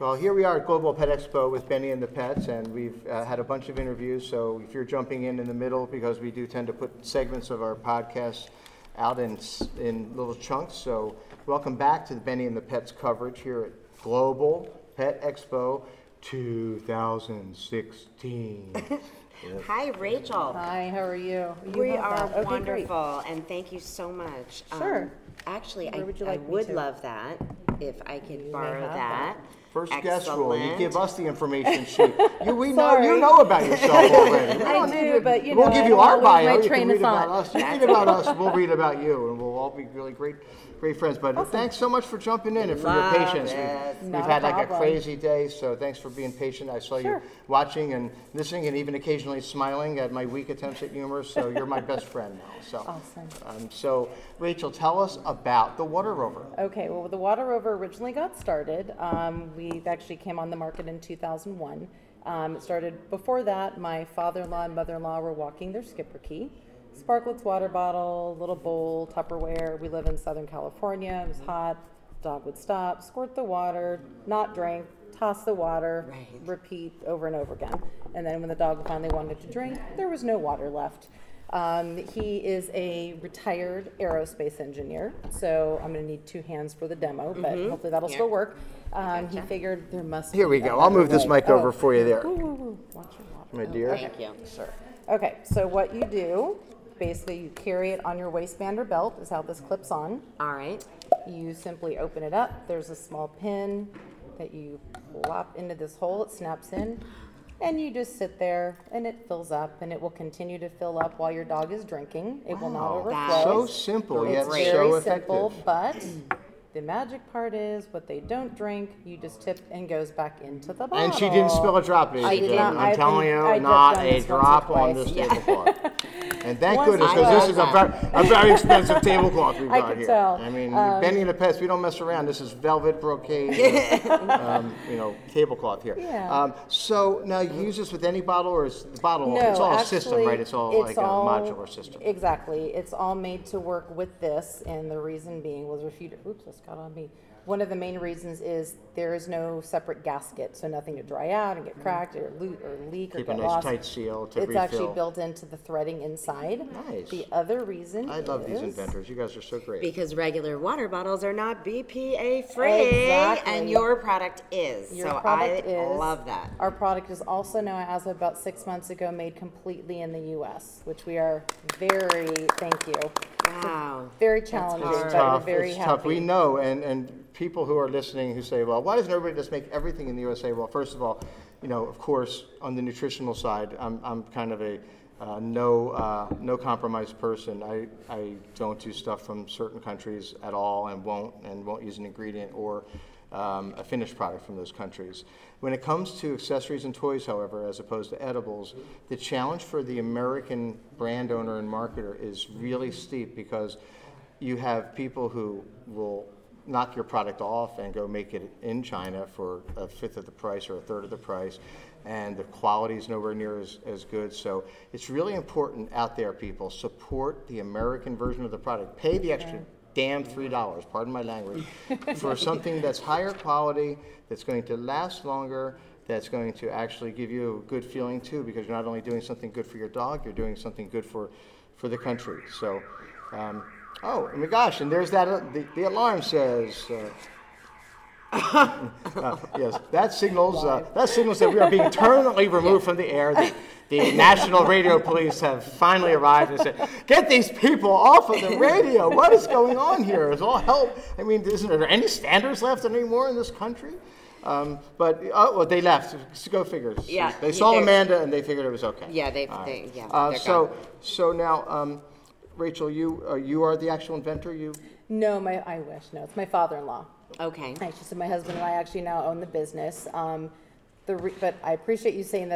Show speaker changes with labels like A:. A: Well, here we are at Global Pet Expo with Benny and the Pets, and we've uh, had a bunch of interviews, so if you're jumping in in the middle, because we do tend to put segments of our podcasts out in, s- in little chunks, so welcome back to the Benny and the Pets coverage here at Global Pet Expo 2016.
B: Hi, Rachel.
C: Hi, how are you? Uh, You
B: We
C: held that.
B: are
C: Okay, great.
B: wonderful, and thank you so much. Um,
C: Sure.
B: Actually, I
C: Where would you
B: I
C: like me
B: would
C: to?
B: love that, if I could borrow
C: have
B: that.
A: First guest rule, you give
B: Excellent.
A: us the information sheet. You, we know, you
C: Sorry.
A: know about yourself already. We
C: I
A: don't need
C: do,
A: to-
C: but you know,
A: We'll give
C: I
A: you
C: don't
A: our
C: always
A: bio,
C: my
A: you can
C: train
A: read
C: of
A: about
C: thought.
A: us, you read about us, we'll read about you, and we'll all be really great, great friends. But thanks so much for jumping in and for your
B: Love
A: patience.
B: it.
A: We've-
C: Not
A: We've
C: a
A: had like a
C: problem.
A: crazy day, so thanks for being patient. I saw you
C: Sure.
A: watching and listening and even occasionally smiling at my weak attempts at humor, so you're my best friend now, so.
C: Awesome.
A: Um, So Rachel, tell us about the Water Rover.
C: Okay, well, the Water Rover originally got started. Um, we actually came on the market in 2001. Um, it started before that. My father-in-law and mother-in-law were walking their skipperkey, sparklets water bottle, little bowl, Tupperware. We live in Southern California. It was hot. Dog would stop, squirt the water, not drink, toss the water, repeat over and over again. And then when the dog finally wanted to drink, there was no water left. Um, he is a retired aerospace engineer, so I'm going to need two hands for the demo, but hopefully that'll still work. Um, He figured there must. be
A: Here we go, I'll
C: another
A: move this
C: way.
A: mic
C: Oh.
A: over for you there,
C: Ooh, ooh, ooh, watch your water.
A: my dear.
B: Thank you.
C: Sure. Okay, so what you do, basically, you carry it on your waistband or belt. Is how this clips on.
B: All right.
C: You simply open it up. There's a small pin that you plop into this hole. It snaps in. And you just sit there and it fills up and it will continue to fill up while your dog is drinking. It will not overflow.
A: So simple, yet
C: It's
A: so
C: very simple,
A: effective.
C: but the magic part is what they don't drink, you just tip and goes back into the bottle.
A: And she didn't spill a drop, ladies
C: Oh. I
A: and
C: did
A: gentlemen.
C: not.
A: I'm
C: I've
A: telling
C: been-
A: you,
C: I've
A: not a
C: done this once or
A: drop on
C: twice.
A: this
C: Yeah.
A: tablecloth. And thank
C: Once
A: goodness,
C: I
A: because this is a
B: love
A: very, a very expensive tablecloth we've
C: I
A: got
C: could
A: here.
C: tell. Um,
A: I mean, Benny and the Pets, we don't mess around. This is velvet brocade, um, you know, tablecloth here.
C: Yeah.
A: Um, So now you use this with any bottle or is the bottle,
C: No,
A: it's all a
C: actually,
A: system, right? It's all like a
C: all-
A: modular system.
C: Exactly. It's all made to work with this, and the reason being was refuted. Oops, this got on me. One of the main reasons is there is no separate gasket, so nothing to dry out and get cracked or loot or leak
A: Mm-hmm. Keep
C: or
A: a
C: get
A: nice
C: lost.
A: tight seal to
C: It's actually
A: refill.
C: built into the threading inside.
A: Nice.
C: The other reason
A: I love these
C: is-
A: inventors. You guys are so great.
B: Because regular water bottles are not BPA free, and
C: Exactly.
B: your product is.
C: Your
B: So I
C: product is-
B: love that.
C: Our product is also now, as of about six months ago, made completely in the U.S., which we are very, thank you,
B: Wow.
C: very challenging,
B: hard.
C: but
A: tough.
C: we're very
A: it's
C: happy.
A: tough. We know, and and people who are listening who say, "Well, why doesn't everybody just make everything in the USA?" Well, first of all, you know, of course, on the nutritional side, I'm I'm kind of a uh, no uh, no compromise person. I I don't do stuff from certain countries at all, and won't and won't use an ingredient or um, a finished product from those countries. When it comes to accessories and toys, however, as opposed to edibles, the challenge for the American brand owner and marketer is really steep because you have people who will knock your product off and go make it in China for a fifth of the price or a third of the price, and the quality is nowhere near as, as good. So it's really important out there, people, support the American version of the product. Pay the extra damn three dollars, pardon my language, for something that's higher quality, that's going to last longer, that's going to actually give you a good feeling too, because you're not only doing something good for your dog, you're doing something good for, for the country. So, um, oh, and my gosh, and there's that, uh, the, the alarm says, uh, uh, yes, that signals, uh, that signals that we are being permanently removed from the air. The, the National Radio Police have finally arrived and said, get these people off of the radio. What is going on here? Is all help? I mean, isn't there any standards left anymore in this country? Um, but, oh, well, they left. Go figure.
B: Yeah,
A: They saw
B: they're-
A: Amanda and they figured it was okay.
B: Yeah, they,
A: All right.
B: they, yeah.
A: Uh,
B: they're
A: so,
B: gone.
A: so now, um, Rachel, you, uh, you are the actual inventor? You,
C: No, my, I wish, no, it's my father-in-law.
B: Okay.
C: Actually, so my husband and I actually now own the business. Um, the, re- but I appreciate you saying that